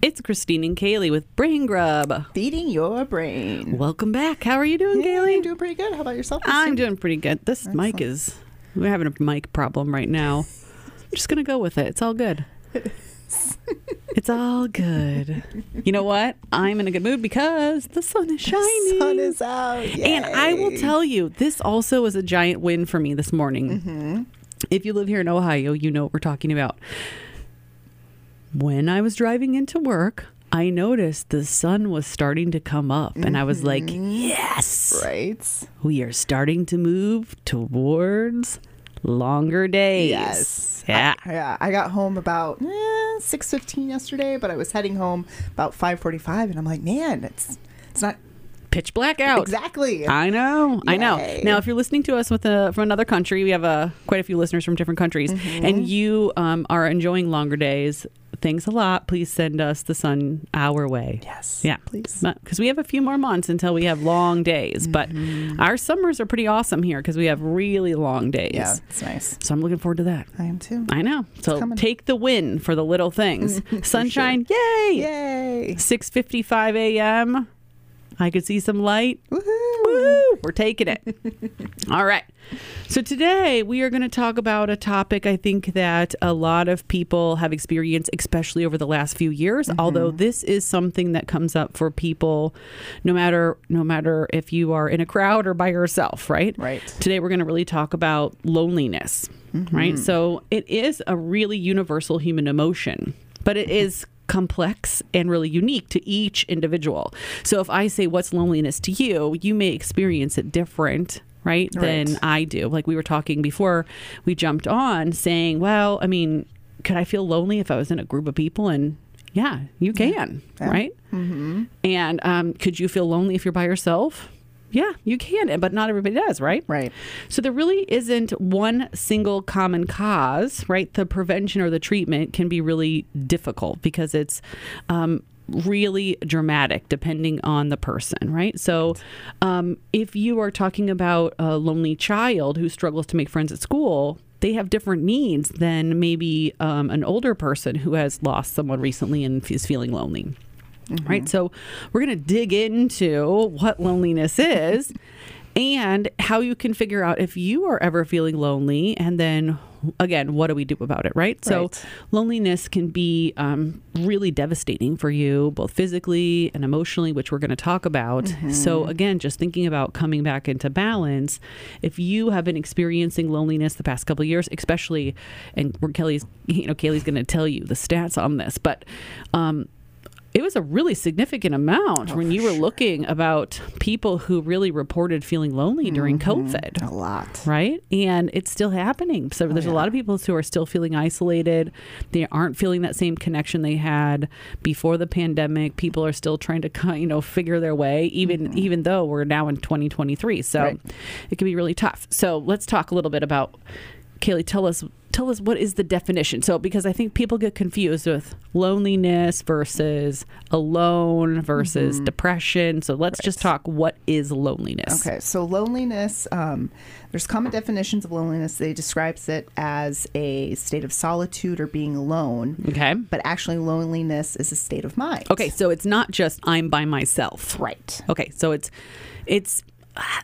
It's Christine and Kaylee with Brain Grub. Feeding your brain. Welcome back. How are you doing, Kaylee? You're doing pretty good. How about yourself? I'm doing pretty good. This mic is, we're having a mic problem right now. I'm just going to go with it. It's all good. it's all good. You know what? I'm in a good mood because the sun is shining. The sun is out. And I will Yay. tell you, this also was a giant win for me this morning. Mm-hmm. If you live here in Ohio, you know what we're talking about. When I was driving into work, I noticed the sun was starting to come up, and I was like, yes, Mm-hmm. Right. we are starting to move towards longer days. Yes. Yeah. Yeah, I got home about eh, six fifteen yesterday, but I was heading home about five forty five, and I'm like, man, it's it's not Pitch black out. exactly. I know, I know. Yay. Now, if you're listening to us with a, from another country, we have uh, quite a few listeners from different countries, Mm-hmm. and you um, are enjoying longer days. Thanks a lot. Please send us the sun our way. yes. Yeah, Please. Because we have a few more months until we have long days, Mm-hmm. but our summers are pretty awesome here because we have really long days. Yeah, it's nice. So I'm looking forward to that. I am too. I know. So coming. take the win for the little things. Sunshine, yay! Yay. 6:55 a.m. I could see some light. Woohoo. Woo! We're taking it. All right. So today we are going to talk about a topic I think that a lot of people have experienced, especially over the last few years. Although this is something that comes up for people, no matter no matter if you are in a crowd or by yourself, right? Right. Today we're going to really talk about loneliness, right? So it is a really universal human emotion, but it is complex and really unique to each individual. So if I say what's loneliness to you, you may experience it different, right, than Right. I do. Like we were talking before we jumped on saying, well, I mean, could I feel lonely if I was in a group of people and yeah, you can, right? Mm-hmm. And um, could you feel lonely if you're by yourself? Yeah, you can, but not everybody does, right? Right. So there really isn't one single common cause, right? The prevention or the treatment can be really difficult because it's um, really dramatic depending on the person, right? So um, if you are talking about a lonely child who struggles to make friends at school, they have different needs than maybe um, an older person who has lost someone recently and is feeling lonely right? So we're going to dig into what loneliness is and how you can figure out if you are ever feeling lonely and then again what do we do about it right, so Right. loneliness can be um, really devastating for you both physically and emotionally which we're going to talk about so again just thinking about coming back into balance if you have been experiencing loneliness the past couple of years especially and where kelly's you know kaylee's going to tell you the stats on this but um, it was a really significant amount when you were looking about people who really reported feeling lonely during COVID, A lot. right? And it's still happening. Oh, So there's a lot of people who are still feeling isolated. They aren't feeling that same connection they had before the pandemic. People are still trying to, ki- you know, figure their way, even even though we're now in 2023. So Mm-hmm. Right. it can be really tough. So let's talk a little bit about Kaylee. Tell us tell us what is the definition. So because I think people get confused with loneliness versus alone versus Mm-hmm. depression. So let's just talk what is loneliness. Okay, so loneliness, um, there's common definitions of loneliness. They describes it as a state of solitude or being alone, Okay. but actually loneliness is a state of mind. Okay, so it's not just I'm by myself. Right. Okay, so it's it's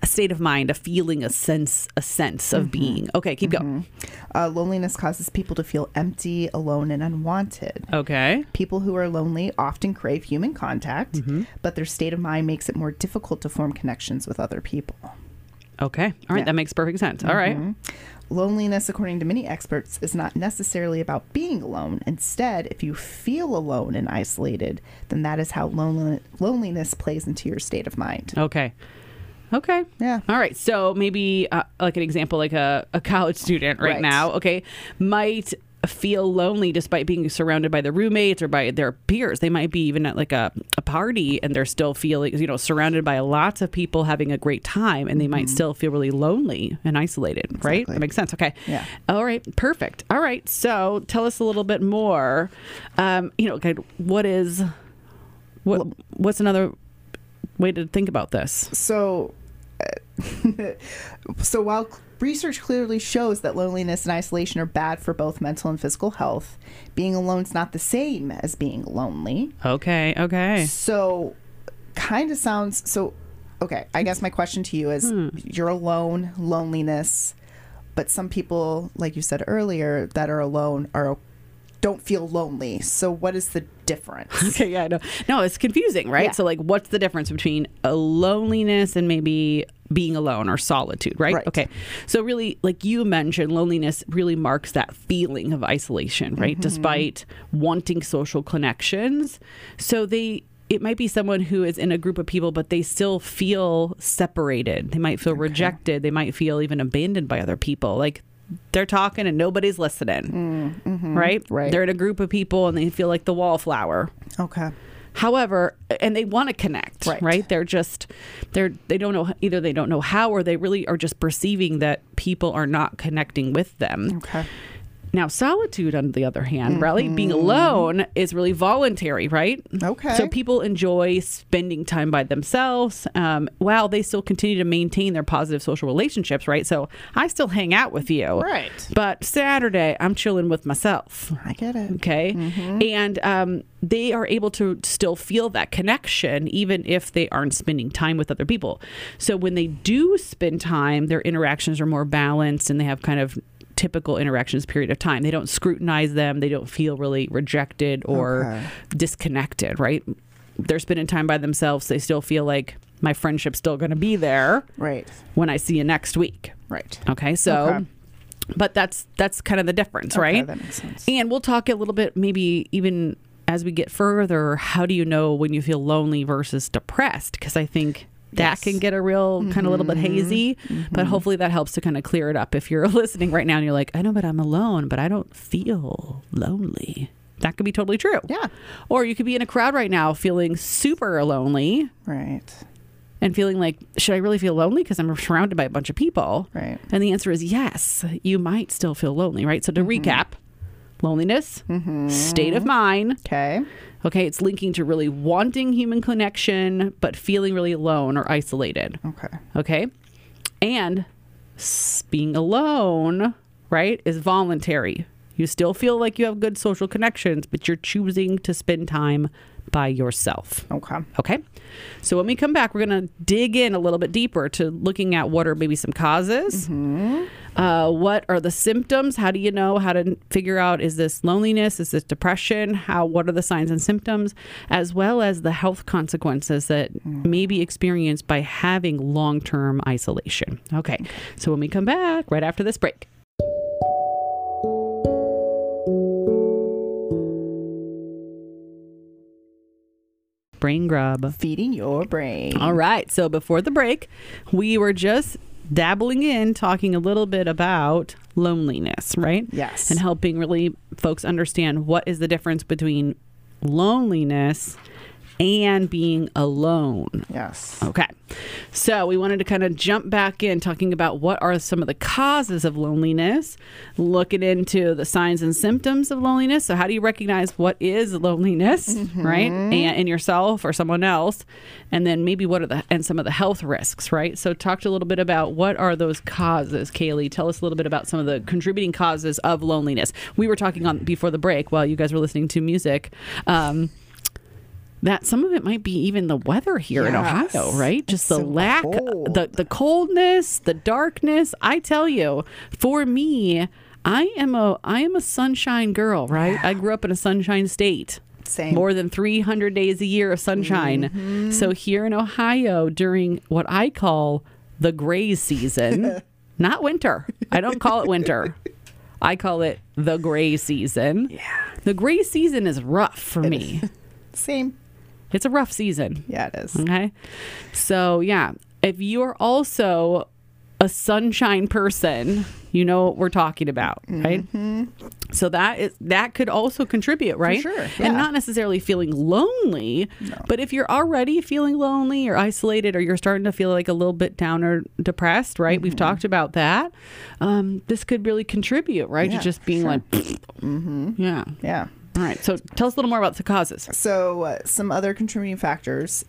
a state of mind, a feeling, a sense, a sense of being. Okay, keep going. Uh, loneliness causes people to feel empty, alone, and unwanted. Mm-hmm. Okay. People who are lonely often crave human contact, Mm-hmm. but their state of mind makes it more difficult to form connections with other people. Okay. All right, Yeah. that makes perfect sense. All right. Mm-hmm. Loneliness, according to many experts, is not necessarily about being alone. Instead, if you feel alone and isolated, then that is how lonel- loneliness plays into your state of mind. Okay. Okay. Yeah. All right. So maybe uh, like an example, like a, a college student right, Right. now, okay, might feel lonely despite being surrounded by their roommates or by their peers. They might be even at like a, a party and they're still feeling, you know, surrounded by lots of people having a great time and they might still feel really lonely and isolated, right? Mm-hmm. Exactly. That makes sense. Okay. Yeah. All right. Perfect. All right. So tell us a little bit more. Um, you know, okay, what is, what, what's another way to think about this? So, uh, so while c- research clearly shows that loneliness and isolation are bad for both mental and physical health, being alone is not the same as being lonely. Okay, okay. So, kind of sounds so. Okay, I guess my question to you is: Hmm. You're alone, loneliness, but some people, like you said earlier, that are alone are don't feel lonely. So, what is the difference? Okay, yeah, I know. No, it's confusing, right? Yeah. So, like, what's the difference between a loneliness and maybe being alone or solitude, right? Right. Okay. So, really, like you mentioned, loneliness really marks that feeling of isolation, right? Mm-hmm. Despite wanting social connections. So, they, it might be someone who is in a group of people, but they still feel separated. They might feel rejected. They might feel even abandoned by other people. Like they're talking and nobody's listening, right? Mm, mm-hmm. right. They're in a group of people and they feel like the wallflower. Okay. However, and they want to connect, Right. right? They're just they're they don't know either they don't know how or they really are just perceiving that people are not connecting with them. Okay. Now, solitude on the other hand, Mm-hmm. really being alone is really voluntary, right? Okay. So people enjoy spending time by themselves um, while they still continue to maintain their positive social relationships, right? So I still hang out with you. Right. But Saturday, I'm chilling with myself. I get it. Mm-hmm. Okay. And um, they are able to still feel that connection, even if they aren't spending time with other people. So when they do spend time, their interactions are more balanced and they have kind of typical interactions period of time. They don't scrutinize them, they don't feel really rejected or Okay. disconnected, right? They're spending time by themselves. They still feel like my friendship's still going to be there Right. when I see you next week. Right. Okay. So. Okay. But that's that's kind of the difference, Okay, right? that makes sense. And we'll talk a little bit, maybe even as we get further, how do you know when you feel lonely versus depressed? Because I think that Yes. Mm-hmm. can get a real kind of little bit hazy, but hopefully that helps to kind of clear it up. If you're listening right now and you're like, I know, but I'm alone, but I don't feel lonely. That could be totally true. Yeah. Or you could be in a crowd right now feeling super lonely Right. and feeling like, should I really feel lonely? Because I'm surrounded by a bunch of people. Right. And the answer is yes, you might still feel lonely, right? So to recap, loneliness, state of mind. Okay. Okay, it's linking to really wanting human connection, but feeling really alone or isolated. Okay. Okay. And s- being alone, right, is voluntary. You still feel like you have good social connections, but you're choosing to spend time by yourself. Okay. Okay. So when we come back, we're going to dig in a little bit deeper to looking at what are maybe some causes. Uh, what are the symptoms? How do you know how to figure out is this loneliness? Is this depression? How? What are the signs and symptoms? As well as the health consequences that may be experienced by having long term isolation. Okay. So when we come back, right after this break. Brain grub. Feeding your brain. All right. So before the break, we were just dabbling in talking a little bit about loneliness, right? Yes. And helping really folks understand what is the difference between loneliness and being alone. yes. Okay. So we wanted to kind of jump back in talking about what are some of the causes of loneliness, looking into the signs and symptoms of loneliness. So, how do you recognize what is loneliness, right? And in yourself or someone else. And then maybe what are the, and some of the health risks, right? So, talked a little bit about what are those causes, Kaylee. Tell us a little bit about some of the contributing causes of loneliness. We were talking on before the break while you guys were listening to music. Um, that some of it might be even the weather here Yes. in Ohio, right? Just the so lack, cold. the the coldness, the darkness. I tell you, for me, I am a I am a sunshine girl, right? I grew up in a sunshine state. Same. Mm-hmm. More than 300 days a year of sunshine. So here in Ohio during what I call the gray season, not winter. I don't call it winter. I call it the gray season. Yeah. The gray season is rough for me. Same. It's a rough season. Yeah, it is. Okay. So, yeah, if you are also a sunshine person, you know what we're talking about, right? So that is that could also contribute, right? Mm-hmm. sure, yeah. And not necessarily feeling lonely, but if you're already feeling lonely or isolated, or you're starting to feel like a little bit down or depressed, right? Mm-hmm. We've talked about that. Um, this could really contribute, right? Yeah, to just for being sure. Mm-hmm. like, yeah. Yeah. All right. So tell us a little more about the causes. So, uh, some other contributing factors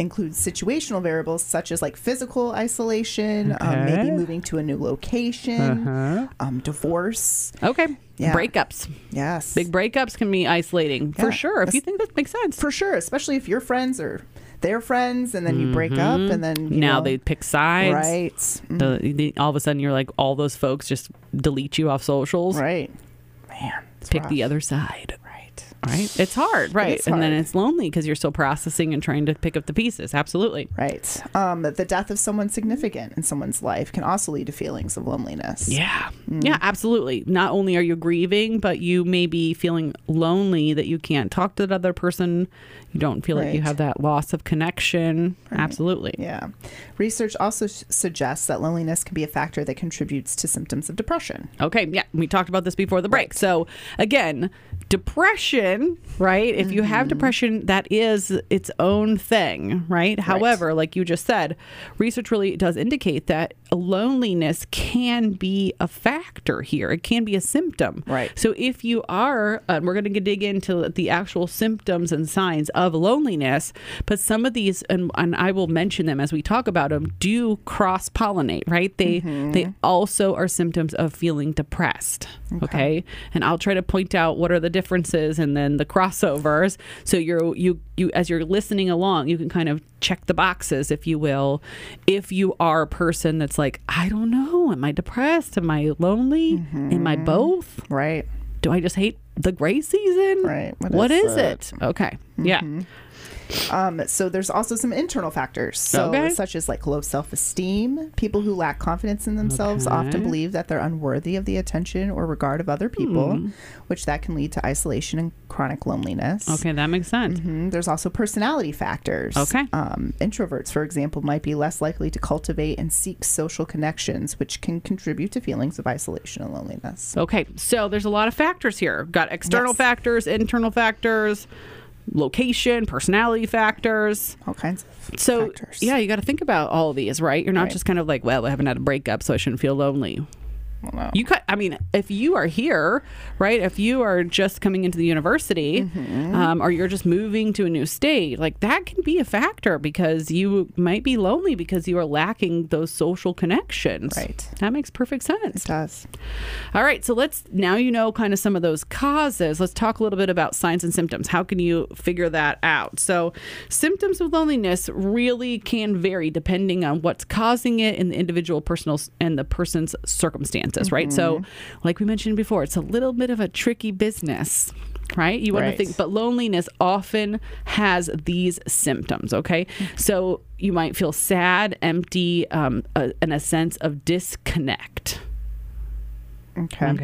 includes situational variables such as like physical isolation, um, maybe Okay. moving to a new location, Uh-huh. um, divorce. Okay. Yeah. Breakups. Yes. Big breakups can be isolating Yeah. for sure. If you That's- think that makes sense. for sure, especially if your friends are their friends and then you break up and then you Mm-hmm. now know, they pick sides. right Mm, The, the- all of a sudden, you're like, all those folks just delete you off socials. right man it's Pick the rough. other side. right Right. It's hard. Right. is And then hard. it's lonely because you're still processing and trying to pick up the pieces. Absolutely. right um the death of someone significant in someone's life can also lead to feelings of loneliness Yeah. Mm. Yeah, absolutely. Not only are you grieving, but you may be feeling lonely that you can't talk to the other person. You don't feel like you Right. have that loss of connection. Absolutely. yeah research also s- suggests that loneliness can be a factor that contributes to symptoms of depression Okay, yeah, we talked about this before the break. So, again, depression, right? If you have depression, that is its own thing, right? However, like you just said, research really does indicate that loneliness can be a factor here. It can be a symptom. Right. So, if you are, uh, we're going to dig into the actual symptoms and signs of loneliness, but some of these, and, and I will mention them as we talk about them, do cross pollinate, right? They they also are symptoms of feeling depressed. Okay. and I'll try to point out what are the differences and then the crossovers. So you're you you as you're listening along, you can kind of check the boxes, if you will, if you are a person that's like, I don't know, am I depressed? Am I lonely? Am I both? right do I just hate the gray season? Right. What what is Mm-hmm. is, it? Okay. Yeah. um so there's also some internal factors so Okay. such as like low self-esteem people who lack confidence in themselves often Okay. believe that they're unworthy of the attention or regard of other people Hmm. which that can lead to isolation and chronic loneliness Okay, that makes sense. Mhm. There's also personality factors. Okay. Um, introverts, for example, might be less likely to cultivate and seek social connections, which can contribute to feelings of isolation and loneliness. Okay. So there's a lot of factors here. Got external Yes. factors, internal factors, location, personality factors. All kinds of So factors. yeah, you got to think about all of these, right? You're not Right. just kind of like, well, I haven't had a breakup, so I shouldn't feel lonely. Well, no. You cut. I mean, if you are here, right? If you are just coming into the university, um, or you're just moving to a new state, like that can be a factor because you might be lonely because you are lacking those social connections. Right. That makes perfect sense. It does. All right. So let's now you know kind of some of those causes. Let's talk a little bit about signs and symptoms. How can you figure that out? So, symptoms of loneliness really can vary depending on what's causing it in the individual personal and the person's circumstances, right? So, like we mentioned before, it's a little bit of a tricky business. Right? You want to Right. think, but loneliness often has these symptoms. Okay. So you might feel sad, empty, um, a, and a sense of disconnect. Okay. Mm-hmm.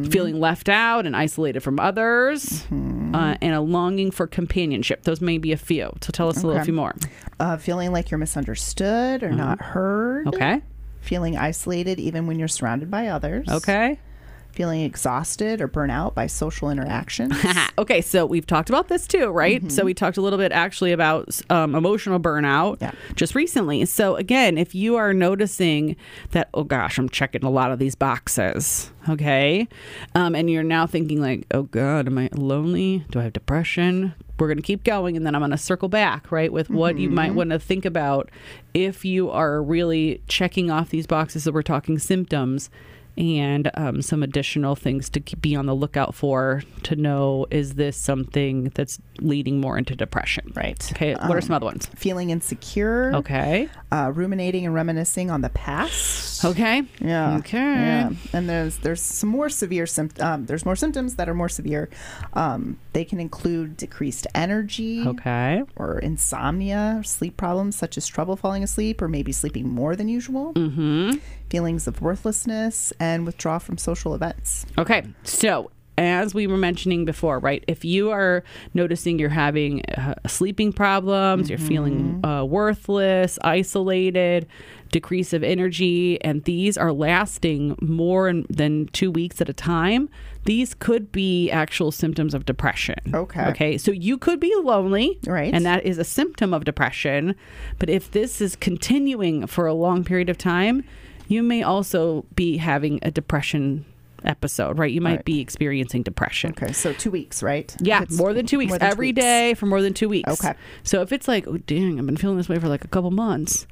Okay. Feeling left out and isolated from others, Mm-hmm. uh, and a longing for companionship. Those may be a few. So tell us a little Okay. few more. Uh, feeling like you're misunderstood or not heard. Mm-hmm. Okay. Feeling isolated even when you're surrounded by others. Okay. Feeling exhausted or burnt out by social interactions. okay. So we've talked about this too, right? Mm-hmm. So we talked a little bit actually about um, emotional burnout Yeah. just recently. So again, if you are noticing that, oh gosh, I'm checking a lot of these boxes, okay, um, and you're now thinking like, oh god, am I lonely? Do I have depression? We're going to keep going, and then I'm going to circle back, right, with what you might want to think about if you are really checking off these boxes that we're talking symptoms and um, some additional things to keep- be on the lookout for to know is this something that's leading more into depression right. Um, okay what are some Oh. other ones Feeling insecure. okay Uh, ruminating and reminiscing on the past. okay Yeah. Oh. okay Yeah. And there's there's some more severe symptoms. Um, there's more symptoms that are more severe. Um, they can include decreased energy. okay Or insomnia, or sleep problems such as trouble falling asleep, or maybe sleeping more than usual, hmm feelings of worthlessness, and withdrawal from social events. Okay, so as we were mentioning before, right? If you are noticing you're having uh, sleeping problems, you're Mm-hmm. feeling uh, worthless, isolated, decrease of energy, and these are lasting more in- than two weeks at a time, these could be actual symptoms of depression. Okay. Okay, so you could be lonely, Right. And that is a symptom of depression. But if this is continuing for a long period of time, you may also be having a depression episode, right? You might Right. be experiencing depression. Okay, so two weeks, right? Yeah, If it's more than two weeks more every than day two weeks. for more than two weeks. Okay. So if it's like, oh, dang, I've been feeling this way for like a couple months,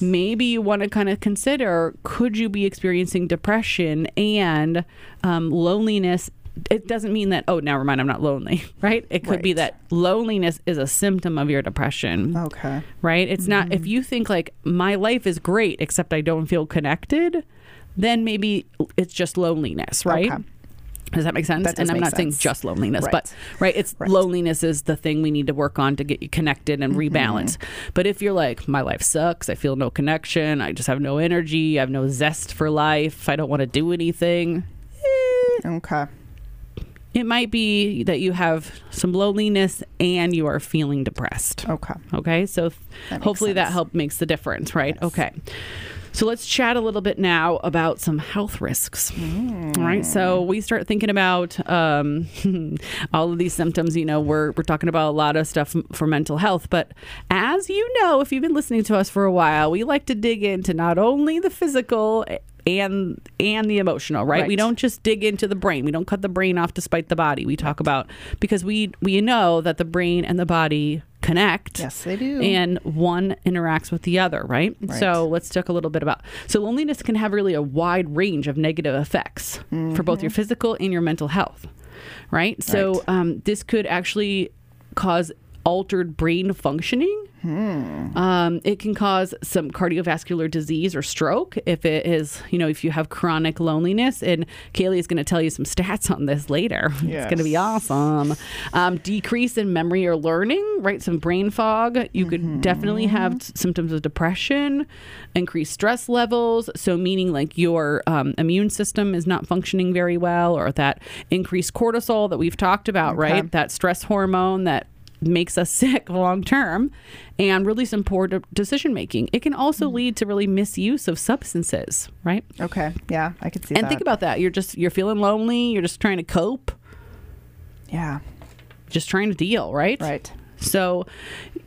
maybe you want to kind of consider could you be experiencing depression and um, loneliness? It doesn't mean that, oh, never mind, I'm not lonely, right? It could be Right. Oh. that loneliness is a symptom of your depression, Okay. right? It's not, Mm-hmm. if you think like, my life is great, except I don't feel connected, then maybe it's just loneliness, right? Okay. Does that make sense? That does and I'm make not saying sense. just loneliness, Right. but right, it's Right. loneliness is the thing we need to work on to get you connected and Mm-hmm. rebalance. But if you're like, my life sucks, I feel no connection, I just have no energy, I have no zest for life, I don't want to do anything, eh, Okay. it might be that you have some loneliness and you are feeling depressed. Okay. Okay, so th- That makes hopefully that sense. help makes the difference, right? Yes. Okay. So let's chat a little bit now about some health risks. All right. Mm. So we start thinking about um, all of these symptoms. You know, we're, we're talking about a lot of stuff m- for mental health. But as you know, if you've been listening to us for a while, we like to dig into not only the physical eh, and and the emotional, right? We Right. don't just dig into the brain. We don't cut the brain off despite the body. We talk about because we we know that the brain and the body connect Yes, they do. and one interacts with the other, right? Right. So let's talk a little bit about. So loneliness can have really a wide range of negative effects for both your physical and your mental health, right? So Mm-hmm. Right. Um, this could actually cause altered brain functioning. Hmm. Um, it can cause some cardiovascular disease or stroke if it is, you know, if you have chronic loneliness. And Kaylee is going to tell you some stats on this later. It's going to be Yes. awesome. Um, decrease in memory or learning, right? Some brain fog. You could definitely have s- symptoms of depression, increased stress levels. So, meaning like your um, immune system is not functioning very well, or that increased cortisol that we've talked about, right? That stress hormone that makes us sick long term and really some poor de- decision making. It can also lead to really misuse of substances, right? okay. Yeah, I could see And that. think about that. You're just you're feeling lonely, you're just trying to cope, yeah. just trying to deal, right? Right. So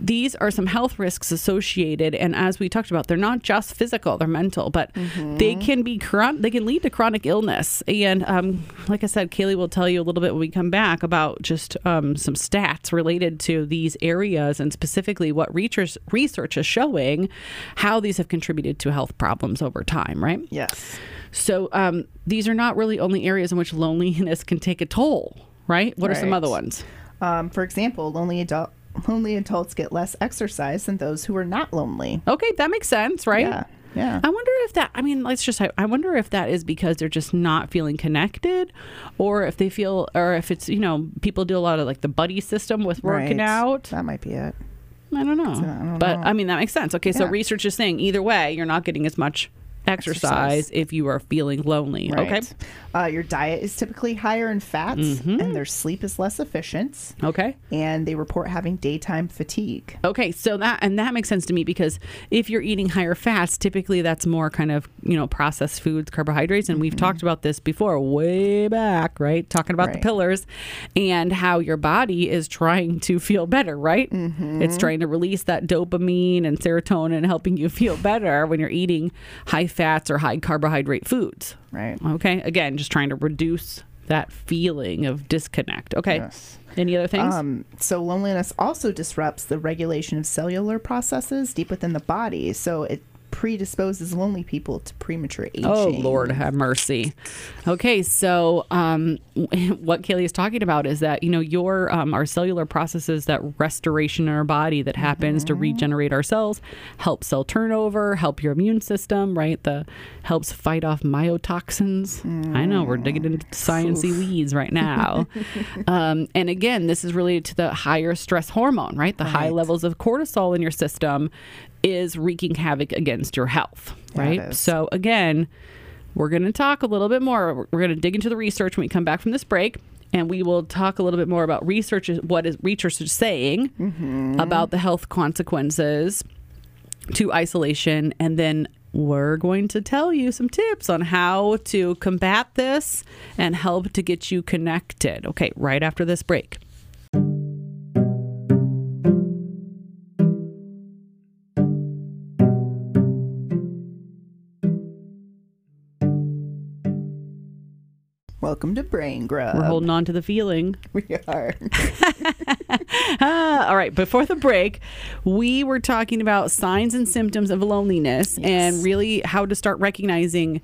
these are some health risks associated and as we talked about, they're not just physical, they're mental, but Mm-hmm. they can be chron- they can lead to chronic illness. And um, like I said, Kaylee will tell you a little bit when we come back about just um, some stats related to these areas and specifically what research research is showing how these have contributed to health problems over time, right? Yes. So um, these are not really only areas in which loneliness can take a toll, right? What are some Right. other ones? Um, for example, lonely adult lonely adults get less exercise than those who are not lonely. Okay, that makes sense, right? Yeah. Yeah. I wonder if that, I mean, let's just, I, I wonder if that is because they're just not feeling connected or if they feel, or if it's, you know, people do a lot of like the buddy system with working Right. out. That might be it. I don't know. don't but know. I mean, that makes sense. Okay, so Yeah. research is saying either way, you're not getting as much exercise, Exercise. if you are feeling lonely. Right. Uh, your diet is typically higher in fats, Mm-hmm. and their sleep is less efficient. Okay. Okay. And they report having daytime fatigue. Okay, so that and that makes sense to me because if you're eating higher fats, typically that's more kind of you know processed foods, carbohydrates, and Mm-hmm. we've talked about this before, way back, right? Talking about the Right. pillars and how your body is trying to feel better, right? Mm-hmm. It's trying to release that dopamine and serotonin, helping you feel better when you're eating high fats or high carbohydrate foods. Right. Okay, again, just trying to reduce that feeling of disconnect. Okay, Yes. any other things? Um, so loneliness also disrupts the regulation of cellular processes deep within the body. So it predisposes lonely people to premature aging. Oh Lord, have mercy. Okay, so um, what Kaylee is talking about is that you know your um, our cellular processes that restoration in our body that happens to regenerate our cells, help cell turnover, help your immune system, right? The helps fight off myotoxins. I know we're digging into sciencey weeds right now. um, and again, this is related to the higher stress hormone, right? The high Right. levels of cortisol in your system is wreaking havoc against your health, Yeah, right? it is. So again, we're going to talk a little bit more. We're going to dig into the research when we come back from this break, and we will talk a little bit more about research. What is research is saying Mm-hmm. about the health consequences to isolation, and then we're going to tell you some tips on how to combat this and help to get you connected. Okay, right after this break. Welcome to Brain Grub. We're holding on to the feeling. We are. Ah, all right. Before the break, we were talking about signs and symptoms of loneliness and really how to start recognizing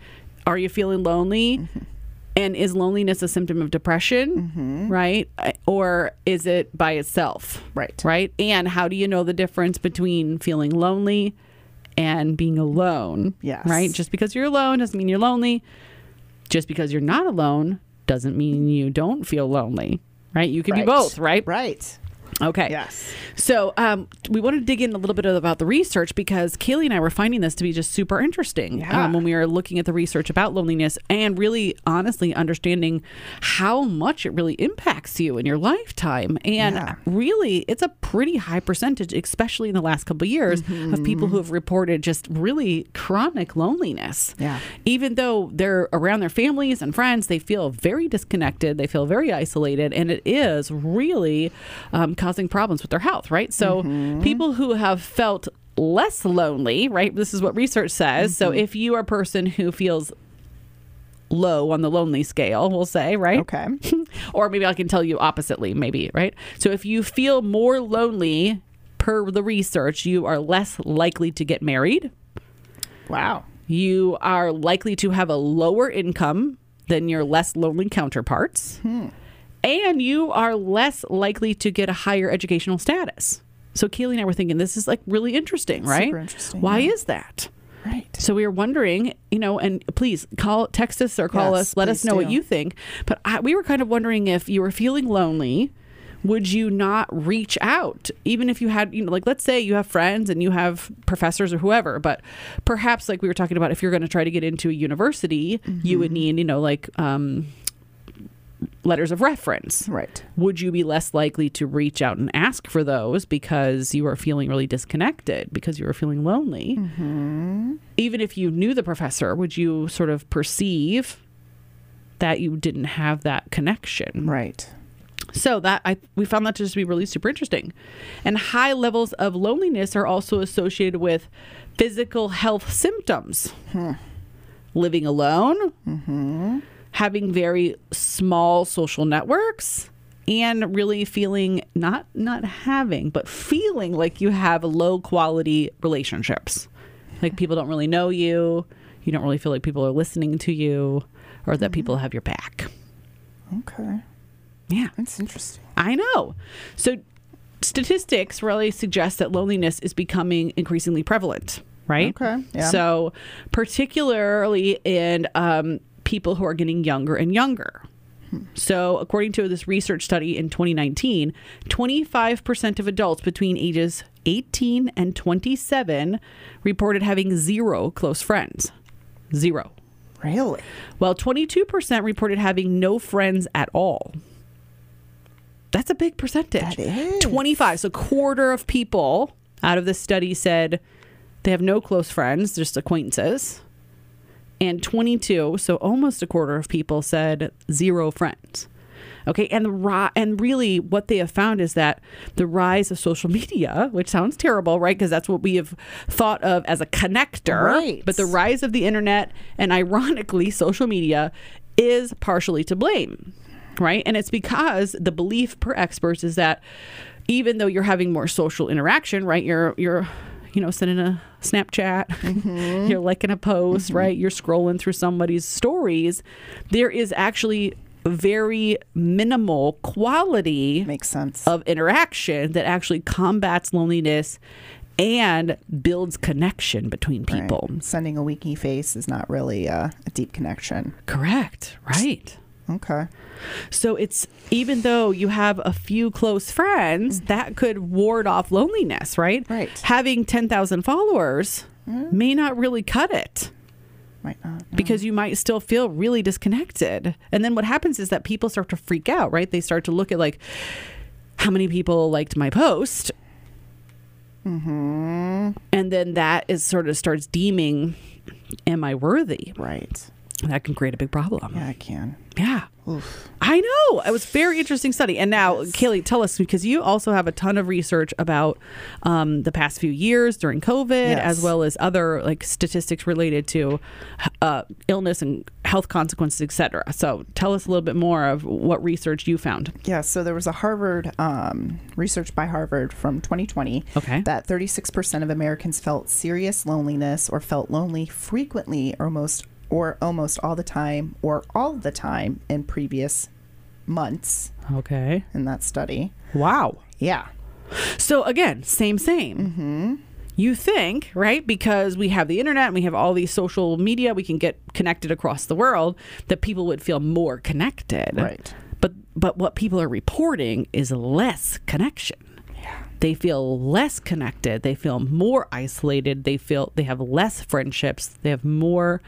are you feeling lonely? Mm-hmm. And is loneliness a symptom of depression? Mm-hmm. Right? Uh, Or is it by itself? Right. Right. And how do you know the difference between feeling lonely and being alone? Yes. Right? Just because you're alone doesn't mean you're lonely just because you're not alone doesn't mean you don't feel lonely, right? You can be Right. both, right? Right. Okay. Yes. So um, we want to dig in a little bit about the research because Kaylee and I were finding this to be just super interesting Yeah. um, when we were looking at the research about loneliness and really honestly understanding how much it really impacts you in your lifetime. And Yeah. really, it's a pretty high percentage, especially in the last couple of years, of people Mm-hmm. who have reported just really chronic loneliness Yeah. even though they're around their families and friends, they feel very disconnected. They feel very isolated, and it is really um, causing problems with their health, right? So, Mm-hmm. people who have felt less lonely, right? This is what research says. So, Mm-hmm. if you are a person who feels low on the lonely scale, we'll say, right? Okay. or maybe I can tell you oppositely, maybe, right? So if you feel more lonely per the research, you are less likely to get married. Wow. You are likely to have a lower income than your less lonely counterparts. And you are less likely to get a higher educational status. So Keely and I were thinking this is like really interesting, right? Super interesting, Why yeah. is that? Right. So we were wondering, you know, and please call, text us or call Yes, us. Let us please know what do. you think. But I, we were kind of wondering if you were feeling lonely, would you not reach out? Even if you had, you know, like let's say you have friends and you have professors or whoever, but perhaps like we were talking about, if you're going to try to get into a university, you Mm-hmm. would need, you know, like um, letters of reference. Right. Would you be less likely to reach out and ask for those because you are feeling really disconnected, because you are feeling lonely? even if you knew the professor, would you sort of perceive that you didn't have that connection? Right. So that I we found that to just be really super interesting. And high levels of loneliness are also associated with physical health symptoms. Living alone, having very small social networks, and really feeling not not having, but feeling like you have low quality relationships. Like people don't really know you, you don't really feel like people are listening to you or that people have your back. Okay. Yeah. That's interesting. I know. So statistics really suggest that loneliness is becoming increasingly prevalent, right? Okay, yeah. So particularly in um, people who are getting younger and younger. So, according to this research study in 2019, 25% of adults between ages 18 and 27 reported having zero close friends. Zero. Really? While 22% reported having no friends at all. That's a big percentage. That is. 25. So, quarter of people out of this study said they have no close friends, just acquaintances. And 22, so almost a quarter of people said zero friends. Okay, and the ri- and really what they have found is that the rise of social media, which sounds terrible, right? Because that's what we have thought of as a connector, Right. but the rise of the internet and ironically social media is partially to blame right and it's because the belief per experts is that even though you're having more social interaction right you're you're you know sending a snapchat Mm-hmm. you're liking a post right you're scrolling through somebody's stories there is actually very minimal quality Makes sense. of interaction that actually combats loneliness and builds connection between Right. people. Sending a winky face is not really uh, a deep connection. Correct. Right. Okay. So it's even though you have a few close friends, that could ward off loneliness, right? Right. Having 10,000 followers may not really cut it. Might not. because you might still feel really disconnected. And then what happens is that people start to freak out, right? They start to look at like how many people liked my post. Mm-hmm. And then that is sort of starts deeming, am I worthy? Right. That can create a big problem. Yeah, I can. Yeah. I know. It was a very interesting study. And now, Kaylee, tell us because you also have a ton of research about um, the past few years during COVID, Yes. as well as other like statistics related to uh, illness and health consequences, et cetera. So tell us a little bit more of what research you found. Yeah, so there was a Harvard um, research by Harvard from 2020 Okay. that 36% of Americans felt serious loneliness or felt lonely frequently or most or almost all the time or all the time in previous months Okay. in that study. Wow. Yeah. So again, same, same. Mm-hmm. You think, right? Because we have the internet and we have all these social media, we can get connected across the world, that people would feel more connected. Right. But but what people are reporting is less connection. Yeah. They feel less connected. They feel more isolated. They feel they have less friendships. They have more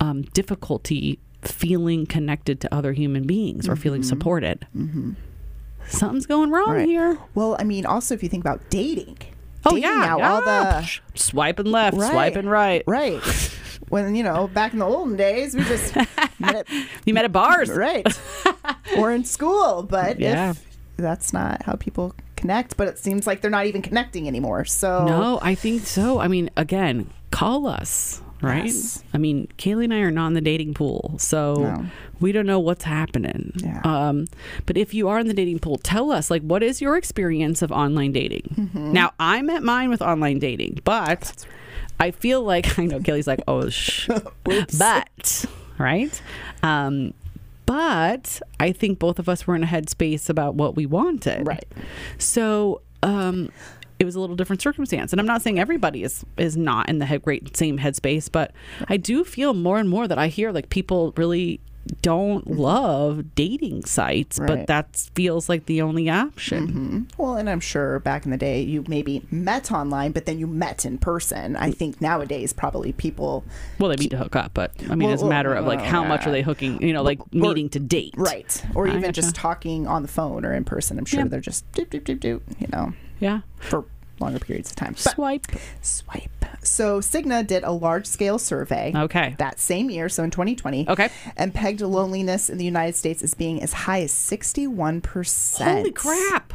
um, difficulty feeling connected to other human beings or feeling supported. Something's going wrong Mm-hmm. Right. here. Well, I mean, also if you think about dating. Oh dating yeah, now, all yeah. the Psh, swiping left, Right. swiping right. right. When you know, back in the olden days, we just met at You met at bars. right or in school but Yeah. if that's not how people connect but it seems like they're not even connecting anymore so No, I think so. I mean, again, call us, right? Yes. I mean, Kaylee and I are not in the dating pool, so No. we don't know what's happening. Yeah. Um, but if you are in the dating pool, tell us like what is your experience of online dating? Mm-hmm. Now, I met mine with online dating, but I feel like I know Kaylee's like, oh, sh- but right. Um, but I think both of us were in a headspace about what we wanted. Right. So um, it was a little different circumstance, and I'm not saying everybody is is not in the head, great same headspace, but I do feel more and more that I hear like people really don't love dating sites, but Right. Mm-hmm. that feels like the only option. well and i'm sure back in the day you maybe met online but then you met in person i think nowadays probably people Well, they meet to hook up, but I mean, Well, it's a matter of like well, how much are yeah. they hooking? You know, like Or- meeting to date, right or I even gotcha. just talking on the phone or in person i'm sure Yeah. they're just doop, doop, doop, doop, you know Yeah, for longer periods of time but swipe. swipe so cigna did a large scale survey Okay. that same year so in 2020 Okay. and pegged loneliness in the United States as being as high as 61%. Holy crap!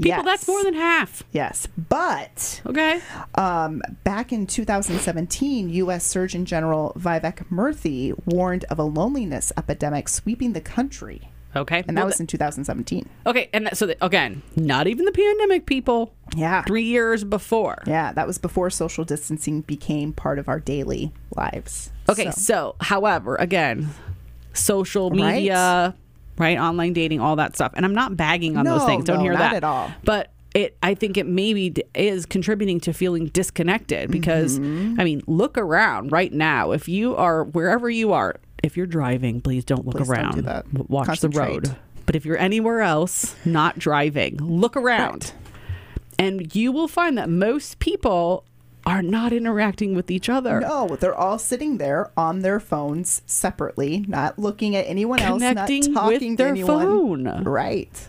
People, that's more than half. Yes. But Okay. um, back in 2017, U.S. Surgeon General Vivek Murthy warned of a loneliness epidemic sweeping the country. Okay. And that was in 2017. Okay, and that, so that, again, not even the pandemic, people. Yeah. Three years before. Yeah, that was before social distancing became part of our daily lives. Okay, so. however, again, social Right. media, right? Online dating, all that stuff. And I'm not bagging on those No, things. Don't no, hear not that at all. But it, I think it maybe d- is contributing to feeling disconnected because, Mm-hmm. I mean, look around right now. If you are wherever you are, if you're driving, please don't look Please don't around. do that. W- Watch the road. Concentrate. But if you're anywhere else, not driving, look around. And you will find that most people are not interacting with each other. No, they're all sitting there on their phones separately, not looking at anyone else, Connecting not with talking their to anyone. phone. Right.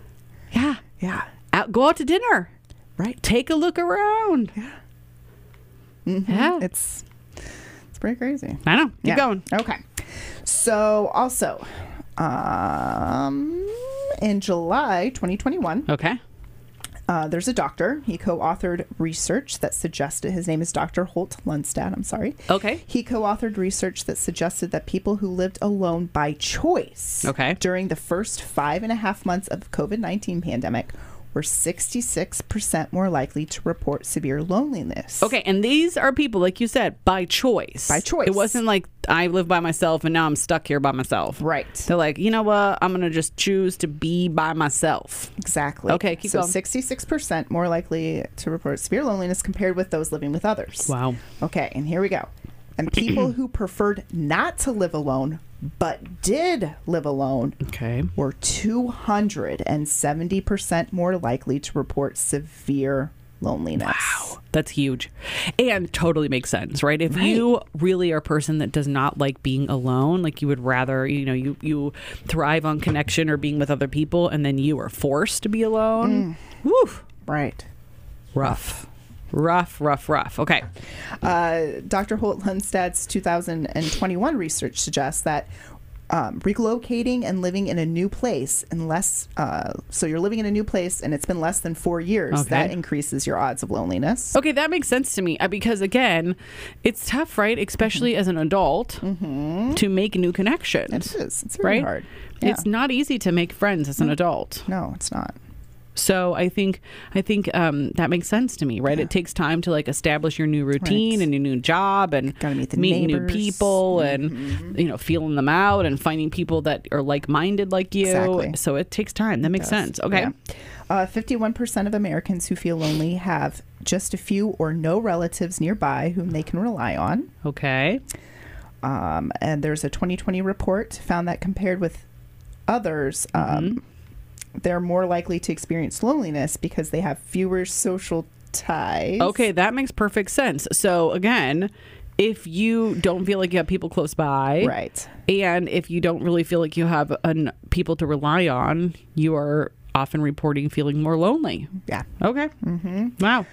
Yeah. Yeah. Out, go out to dinner. Right. Take a look around. Yeah. Yeah. It's it's pretty crazy. I know. Keep Yeah. going. Okay. So also, um, in July 2021, Okay. uh, there's a doctor. He co-authored research that suggested his name is Dr. Holt Lundstad. I'm sorry. Okay. He co-authored research that suggested that people who lived alone by choice Okay. during the first five and a half months of COVID-19 pandemic were 66% more likely to report severe loneliness. Okay. And these are people, like you said, by choice. By choice. It wasn't like I live by myself and now I'm stuck here by myself. Right. They're like, you know what? I'm going to just choose to be by myself. Exactly. Okay, keep so going. 66% more likely to report severe loneliness compared with those living with others. Wow. Okay, and here we go. And people who preferred not to live alone but did live alone Okay. were 270% more likely to report severe loneliness. Wow. That's huge. And totally makes sense, right? If you really are a person that does not like being alone, like you would rather, you know, you you thrive on connection or being with other Mm. people and then you are forced to be alone. Woof. Right. Rough. Rough, rough, rough. Okay. Uh, Dr. Holt Lundstad's 2021 research suggests that um, relocating and living in a new place, unless uh, so you're living in a new place and it's been less than four years, Okay. that increases your odds of loneliness. Okay, that makes sense to me uh, because again, it's tough, right? Especially as an adult to make new connections. It is. Mm-hmm. It's very right? hard. Yeah. Mm. It's not easy to make friends as an adult. no, it's not. So I think I think um, that makes sense to me, right? It takes time to like establish your new routine Right. and your new job and Gotta meet the meeting neighbors. new Mm-hmm. people and you know feeling them out and finding people that are like minded like you. Exactly. So it takes time. That makes sense. Okay. Uh, Fifty-one percent of Americans who feel lonely have just a few or no relatives nearby whom they can rely on. Okay. Um, and there's a 2020 report found that compared with others, um, Mm-hmm. they're more likely to experience loneliness because they have fewer social ties. Okay, that makes perfect sense. So again, if you don't feel like you have people close by, Right. and if you don't really feel like you have an, people to rely on, you are often reporting feeling more lonely. Yeah. Okay. Mm-hmm. Wow.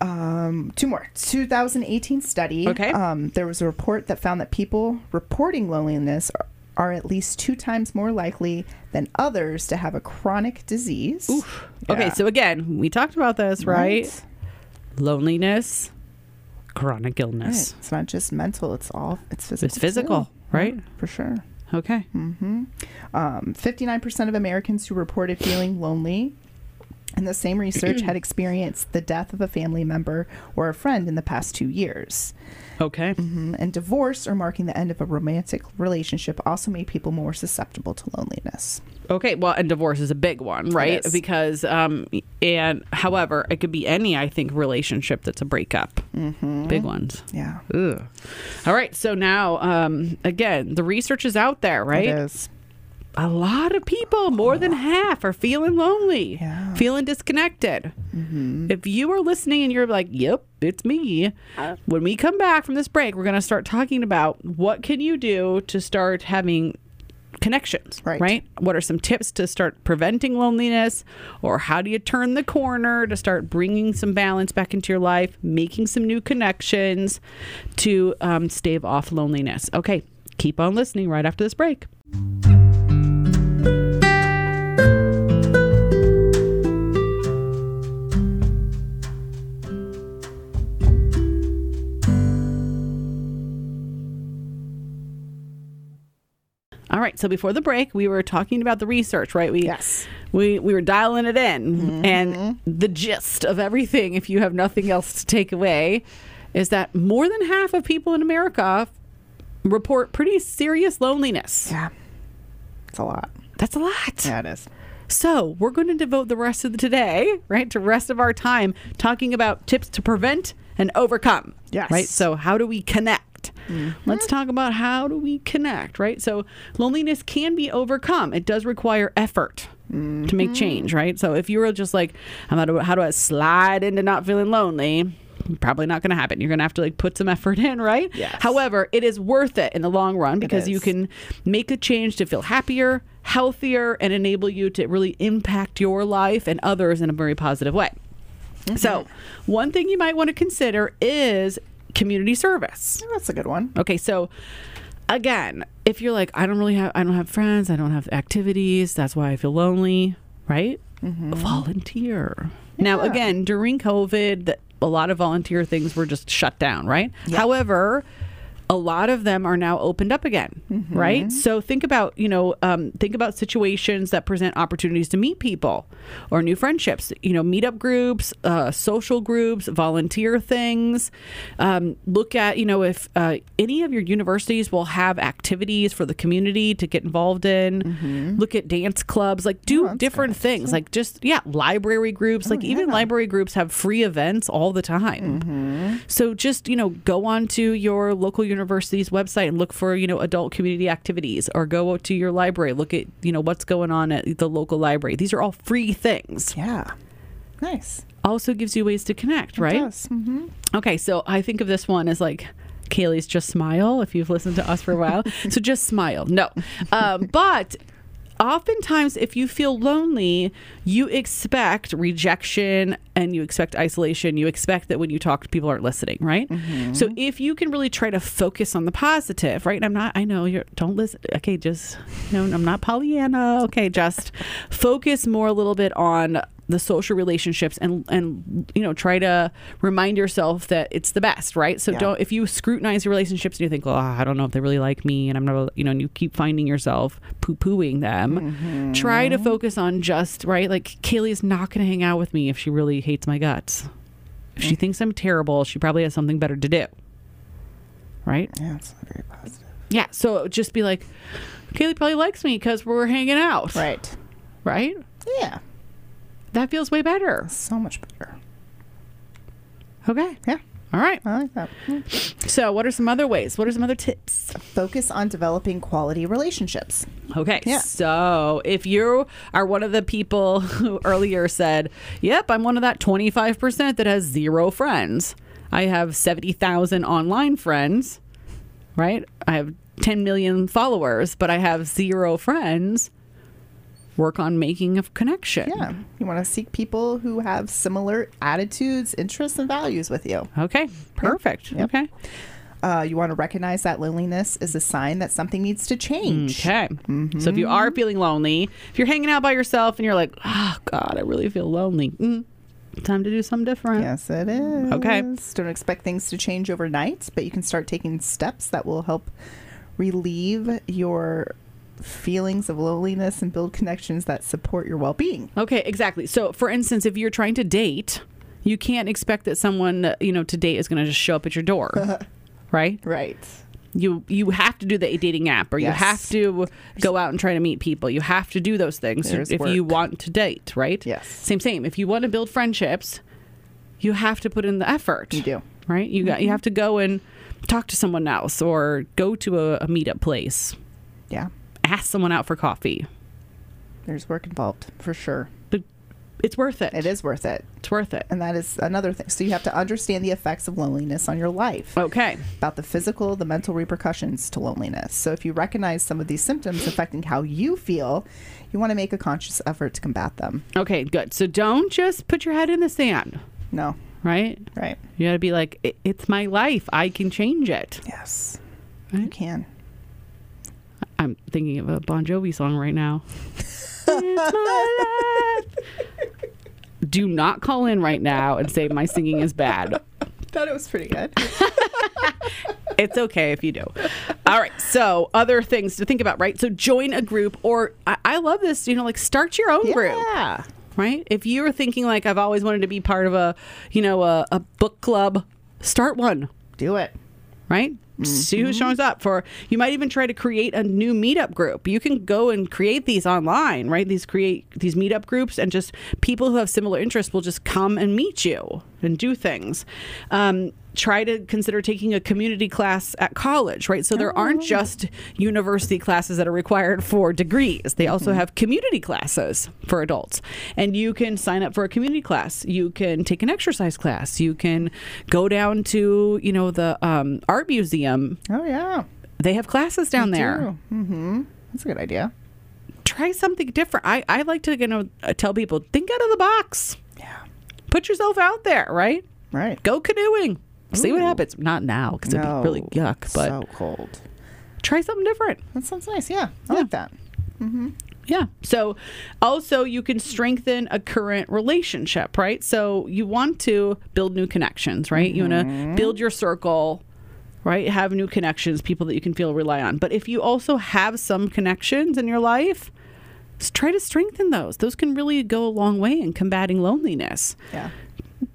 Um, two more. 2018 study. Okay. Um, there was a report that found that people reporting loneliness are, are at least two times more likely than others to have a chronic disease. Okay, Yeah. so again, we talked about this, right? Loneliness, chronic Right. illness. It's not just mental. It's all. It's physical. It's physical, too. right? Yeah, for sure. Okay. Um, 59% of Americans who reported feeling lonely in the same research had experienced the death of a family member or a friend in the past two years. Okay. Mhm. And divorce or marking the end of a romantic relationship also made people more susceptible to loneliness. Okay, well, and divorce is a big one, right? is. Because um and however, it could be any I think relationship that's a breakup. Mm-hmm. Big ones. Yeah. Ugh. All right, so now um again, the research is out there, right? It is. a lot of people, more than half, are feeling lonely, Yeah. Mm-hmm. feeling disconnected. If you are listening and you're like, "Yep, it's me," Uh. when we come back from this break, we're going to start talking about what can you do to start having connections, Right. What are some tips to start preventing loneliness, or how do you turn the corner to start bringing some balance back into your life, making some new connections to um, stave off loneliness? Okay, keep on listening right after this break. All right. So before the break, we were talking about the research, right? We Yes. we we were dialing it in, and the gist of everything, if you have nothing else to take away, is that more than half of people in America report pretty serious loneliness. Yeah. It's a lot. That's a lot. Yeah, it is. So we're going to devote the rest of the today, right, to rest of our time talking about tips to prevent and overcome. Yes. Mm-hmm. Right. So how do we connect? Let's talk about how do we connect, right? So loneliness can be overcome. It does require effort to Mm-hmm. make change, right? So if you were just like, I'm how do, how do I slide into not feeling lonely? Probably not going to happen. You're going to have to like put some effort in, right? Yes. However, it is worth it in the long run because you is. can can make a change to feel happier, healthier, and enable you to really impact your life and others in a very positive way. Mm-hmm. So, one thing you might want to consider is community service. That's a good one. Okay, so again, if you're like, I don't really have, I don't have friends, I don't have activities, that's why I feel lonely, right? Volunteer. Now, Mm-hmm. Yeah. again, during COVID, th- a lot of volunteer things were just shut down, right? Yeah. However, a lot of them are now opened up again, Mm-hmm. right? So think about, you know, um, think about situations that present opportunities to meet people or new friendships, you know, meetup groups, uh, social groups, volunteer things. Um, look at, you know, if uh, any of your universities will have activities for the community to get involved in. Look at dance clubs, like do Mm-hmm. Oh, that's good. different things, like just, yeah, library groups, like even library groups have free events all the time. So just, you know, go onto your local university's website and look for, you know, adult community activities or go to your library, look at, you know, what's going on at the local library. These are all free things. Yeah. Nice. Also gives you ways to connect, right? Yes. Mm-hmm. Okay, so I think of this one as like Kaylee's just smile if you've listened to us for a while. so just smile. No. Um, but oftentimes, if you feel lonely, you expect rejection and you expect isolation. You expect that when you talk, people aren't listening, right? So if you can really try to focus on the positive, right? And I'm not, I know you are don't listen. Okay, just, no, I'm not Pollyanna. Okay, just focus more a little bit on the social relationships and and you know try to remind yourself that it's the best right so Yeah. don't if you scrutinize your relationships and you think oh i don't know if they really like me and i'm not you know and you keep finding yourself poo-pooing them Mm-hmm. try to focus on just right like kaylee's not going to hang out with me if she really hates my guts if Mm. she thinks i'm terrible she probably has something better to do right Yeah, it's not very positive. yeah so just be like kaylee probably likes me because we're hanging out Right. right Yeah. that feels way better So much better. okay Yeah. all right I like that. Mm-hmm. Yeah. So, what are some other ways? What are some other tips? Focus on developing quality relationships. Okay. Yeah. So, if you are one of the people who earlier said, Yep, I'm one of that 25% that has zero friends, I have 70,000 online friends, right? I have 10 million followers, but I have zero friends. Work on making a connection. Yeah. You want to seek people who have similar attitudes, interests, and values with you. Okay. Perfect. Yep. Okay. Uh, you want to recognize that loneliness is a sign that something needs to change. Okay. So if you Mm-hmm. are feeling lonely, if you're hanging out by yourself and you're like, oh, God, I really feel lonely, mm, time to do something different. Yes, it is. Okay. Don't expect things to change overnight, but you can start taking steps that will help relieve your feelings of loneliness and build connections that support your well being. Okay, exactly. So for instance, if you're trying to date, you can't expect that someone, uh, you know, to date is going to just show up at your door. right? Right. You you have to do the dating app or Yes. you have to go out and try to meet people. You have to do those things There's if you work. want to date, right? Yes. Same same. If you want to build friendships, you have to put in the effort. You do. right? You Mm-hmm. got you have to go and talk to someone else or go to a, a meetup place, Yeah. ask someone out for coffee. There's work involved for sure. But it's worth it. It is worth it. It's worth it. And that is another thing. So you have to understand the effects of loneliness on your life. Okay. about the physical, the mental repercussions to loneliness. So if you recognize some of these symptoms affecting how you feel, you want to make a conscious effort to combat them. Okay, good. So don't just put your head in the sand, No, right? right. You got to be like, "I- it's my life. I can change it. Yes. You Right? can. I'm thinking of a Bon Jovi song right now. it's my life. Do not call in right now and say my singing is bad. Thought it was pretty good. it's okay if you do. All right. So other things to think about, right? So join a group, or I, I love this. You know, like start your own group, yeah. right? If you're thinking like I've always wanted to be part of a, you know, a, a book club, start one, Do it. right? See who shows up for. You might even try to create a new meetup group. You can go and create these online, right? These create these meetup groups, and just people who have similar interests will just come and meet you and do things. Um, try to consider taking a community class at college, right? So there Oh. aren't just university classes that are required for degrees. They also Mm-hmm. have community classes for adults. And you can sign up for a community class. You can take an exercise class. You can go down to, you know, the um, art museum. Oh yeah. They have classes down there Mm-hmm. That's a good idea. try something different. I, I like to you know uh, tell people think out of the box. Yeah. Put yourself out there, right? Right. Go canoeing. See what Ooh. happens. Not now because it'd be really yuck, but so cold. try something different. That sounds nice. Yeah, I Yeah. like that. Yeah. So also you can strengthen a current relationship, right? So you want to build new connections, right? You want to build your circle, right? Have new connections, people that you can feel rely on. But if you also have some connections in your life, s- try to strengthen those. Those can really go a long way in combating loneliness. Yeah.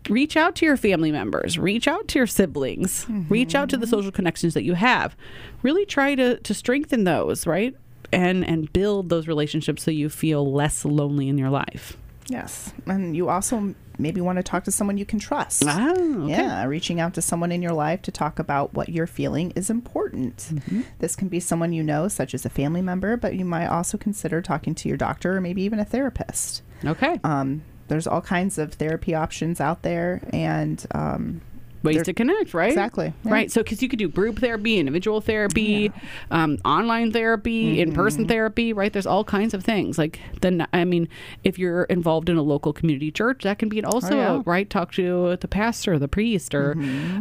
Reach out to your family members, reach out to your siblings, Mm-hmm. reach out to the social connections that you have. Really try to to strengthen those, right? And and build those relationships so you feel less lonely in your life. Yes. And you also maybe want to talk to someone you can trust. Ah, okay. Yeah, reaching out to someone in your life to talk about what you're feeling is important. Mm-hmm. This can be someone you know, such as a family member, but you might also consider talking to your doctor or maybe even a therapist. Okay. Um, there's all kinds of therapy options out there, and um, ways There- to connect, right? Exactly. Yeah. Right. So, because you could do group therapy, individual therapy, um, online therapy, Mm-hmm. in person therapy, right? There's all kinds of things. Like, then, I mean, if you're involved in a local community church, that can be also, Oh, yeah. Mm-hmm. right? Talk to the pastor, the priest, or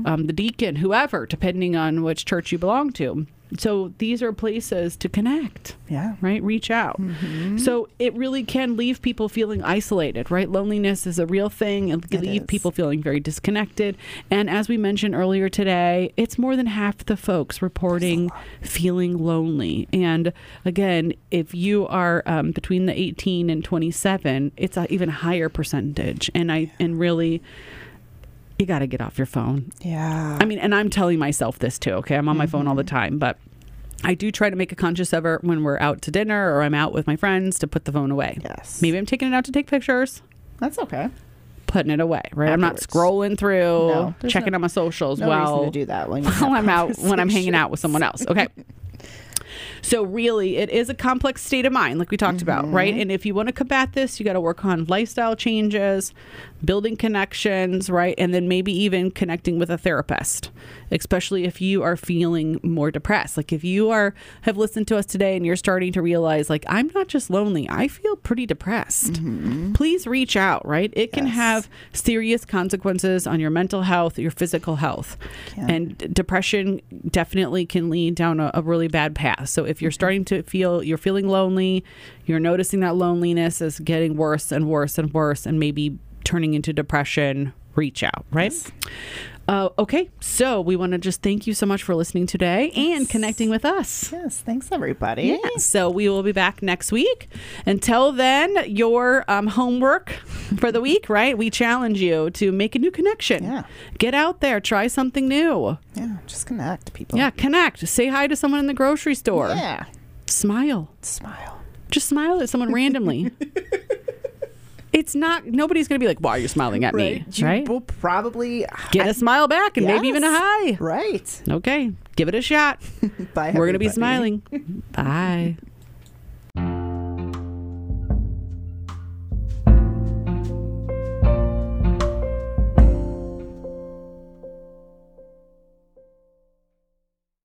um, the deacon, whoever, depending on which church you belong to. So, these are places to connect Yeah. right? Reach out. Mm-hmm. So it really can leave people feeling isolated, right? Loneliness is a real thing. It can It leave is. people feeling very disconnected. And as we mentioned earlier today, it's more than half the folks reporting feeling lonely. And again, if you are um, between the 18 and 27, it's an even higher percentage. And I and really. You got to get off your phone. Yeah. I mean, and I'm telling myself this too, okay? I'm on my phone all the time, but I do try to make a conscious effort when we're out to dinner or I'm out with my friends to put the phone away. yes. Maybe I'm taking it out to take pictures, that's okay. putting it away, right? I'm not Afterwards. scrolling through, No, there's checking no- on my socials No reason while, to do that when you while have I'm out, when I'm hanging out with someone conversations. else, okay? So really, it is a complex state of mind, like we talked about, right? Mm-hmm. And if you want to combat this, you got to work on lifestyle changes, building connections, right, and then maybe even connecting with a therapist, especially if you are feeling more depressed. Like if you are have listened to us today and you're starting to realize, like I'm not just lonely, I feel pretty depressed. Please reach out, right? It can Mm-hmm. Yes. have serious consequences on your mental health, your physical health, Can. and d- depression definitely can lead down a, a really bad path. So if you're starting to feel you're feeling lonely, you're noticing that loneliness is getting worse and worse and worse, and maybe turning into depression, reach out, right? Uh, okay, so we want to just thank you so much for listening today and connecting with us. Yes. Thanks, everybody. Yeah, so we will be back next week. Until then, your um, homework for the week, right? We challenge you to make a new connection. Yeah. Get out there, try something new. Yeah. Just connect, people. Yeah, connect. Say hi to someone in the grocery store. Oh. Yeah. Smile. Smile. Just smile at someone randomly. it's not nobody's going to be like, "Why are you smiling at me?" You Right? will probably. Get a smile back and maybe even a Yes. hi. Right. Okay, give it a shot. Bye. We're going to be everybody. smiling. Bye.